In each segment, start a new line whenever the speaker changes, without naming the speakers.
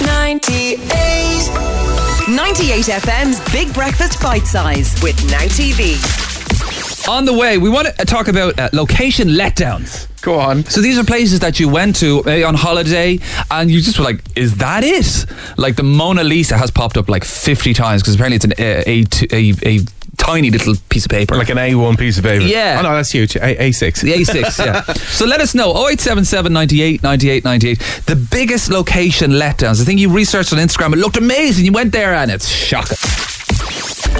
98.
98 FM's Big Breakfast Bite Size with Now TV.
On the way, we want to talk about uh, location letdowns.
Go on.
So these are places that you went to maybe on holiday, and you just were like, "Is that it?" Like the Mona Lisa has popped up like fifty times because apparently it's an eh, a, a, a, a tiny little piece of paper,
Like an A1 piece of paper.
Yeah.
Oh, no, that's huge. A- A6.
The A6, yeah. so let us know 0877 98 98 98. The biggest location letdowns. I think you researched on Instagram. It looked amazing. You went there and it's shocking.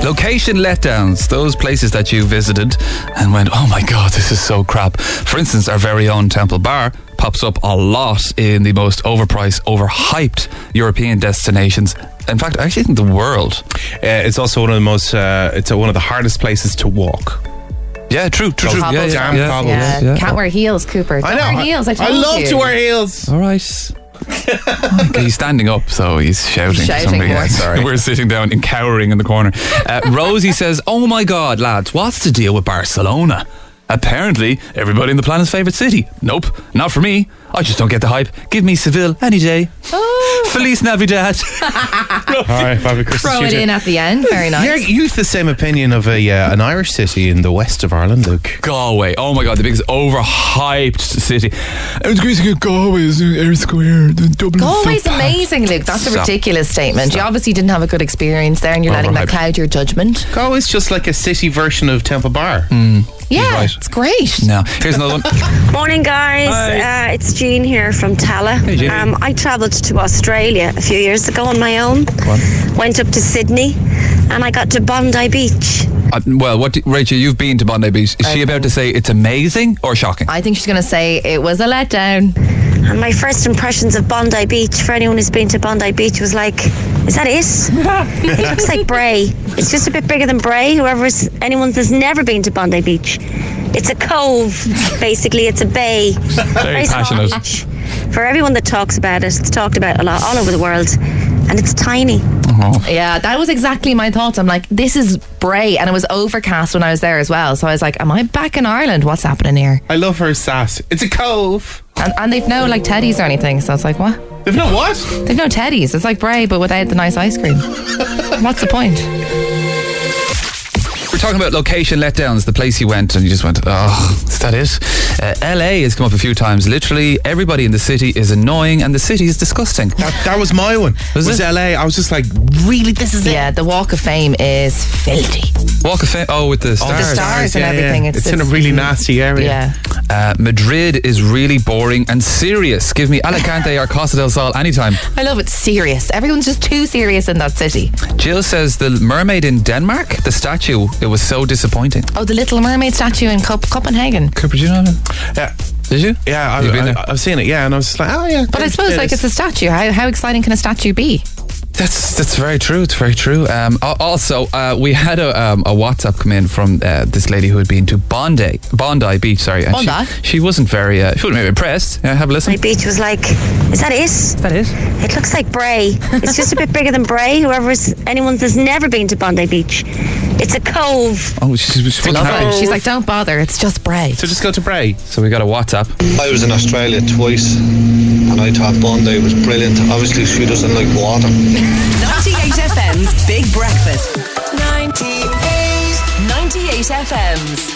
Location letdowns, those places that you visited and went, oh my God, this is so crap. For instance, our very own Temple Bar pops up a lot in the most overpriced, overhyped European destinations. In fact, I actually think the world.
Uh, it's also one of the most, uh, it's uh, one of the hardest places to walk.
Yeah, true, true, true.
Cobbles.
Yeah, yeah,
Damn
yeah.
cobbles.
yeah,
Yeah,
yeah.
can't wear heels, Cooper. Don't wear heels. I,
I
told
love
you.
to wear heels.
All right. he's standing up, so he's shouting. for
Shouting
some reason.
more.
Sorry.
We're sitting down and cowering in the corner. Uh, Rosie says, "Oh my God, lads, what's the deal with Barcelona? Apparently, everybody in the planet's favorite city. Nope, not for me. I just don't get the hype. Give me Seville any day.
Oh.
Feliz Navidad.
All right, Bobby Christmas.
Throw
you
it
too.
in at the end. Very nice.
You're, you've the same opinion of a uh, an Irish city in the west of Ireland, Luke.
Galway. Oh my God, the biggest overhyped city. It's great to go Galway is Air Square. the Dublin is so
Galway's
packed.
amazing, Luke. That's a
Stop.
ridiculous statement. You obviously didn't have a good experience there, and you're letting that
Overhyped.
cloud your judgment.
Galway's just like a city version of Temple Bar.
Yeah,
right.
it's great.
Now, here's another one.
Morning, guys.
Hi.
Uh, it's Jean here from Tala.
Jean.
Um, I travelled to Australia a few years ago on my own. Went up to Sydney, and I got to Bondi Beach.
Uh, well, what do, Rachel, you've been to Bondi Beach. Is she about to say it's amazing or shocking?
I think she's going to say it was a letdown.
And my first impressions of Bondi Beach, for anyone who's been to Bondi Beach, was like, "Is that it? it looks like Bray. It's just a bit bigger than Bray. Whoever's anyone that's never been to Bondi Beach, it's a cove. Basically, it's a bay. Very small
passionate.
beach. For everyone that talks about it, it's talked about a lot all over the world, and it's tiny.
Yeah, that was exactly my thoughts. I'm like, this is Bray, and it was overcast when I was there as well. So I was like, am I back in Ireland? What's happening here?
I love her sass. It's a cove.
And, and they've no like teddies or anything. So it's like, what?
They've not what?
They've no teddies. It's like Bray, but without the nice ice cream. What's the point?
We're talking about location letdowns, the place you went and you just went, oh, is that it? Uh, LA has come up a few times. Literally, everybody in the city is annoying and the city is disgusting.
That, that was my one.
Was it?
LA. I was just like, really? This is
Yeah, the Walk of Fame is filthy.
Walk of Fame, oh, with the
All
stars.
stars and everything.
It's,
It's- mm.
in a
it's-
really nasty area.
Yeah.
Uh, Madrid is really boring and serious. Give me Alicante or Costa del Sol anytime.
I love it. Serious. Everyone's just too serious in that city.
Jill says the mermaid in Denmark, the statue, it was so disappointing.
Oh, the Little Mermaid statue in Cop- Copenhagen.
Cooper, did you know
Yeah.
Did you?
Yeah,
You've
I,
been
I,
there?
I've seen it. Yeah, and I was just like, oh yeah.
But I suppose, like, it's a statue. How, how exciting can a statue be?
That's that's very true. It's very true. Um, al- also, uh, we had a, um, a WhatsApp come in from uh, this lady who had been to Bondi Bondi Beach. Sorry, and she-
Bondi?
She, wasn't very. Uh, she wasn't very impressed. Yeah, have a
My
listen.
beach was like, "Is that it?
That is.
It looks like Bray. It's just a bit bigger than Bray. Whoever's anyone that's never been to Bondi Beach, it's a cove.
Oh, she, she wasn't
Love
happy.
it. She's like, don't bother. It's just Bray.
So just go to Bray.
So we got a WhatsApp.
I was in Australia twice and I thought Bondi was brilliant. Obviously, she doesn't like water.
98 FM's Big Breakfast.
98.
98 FM's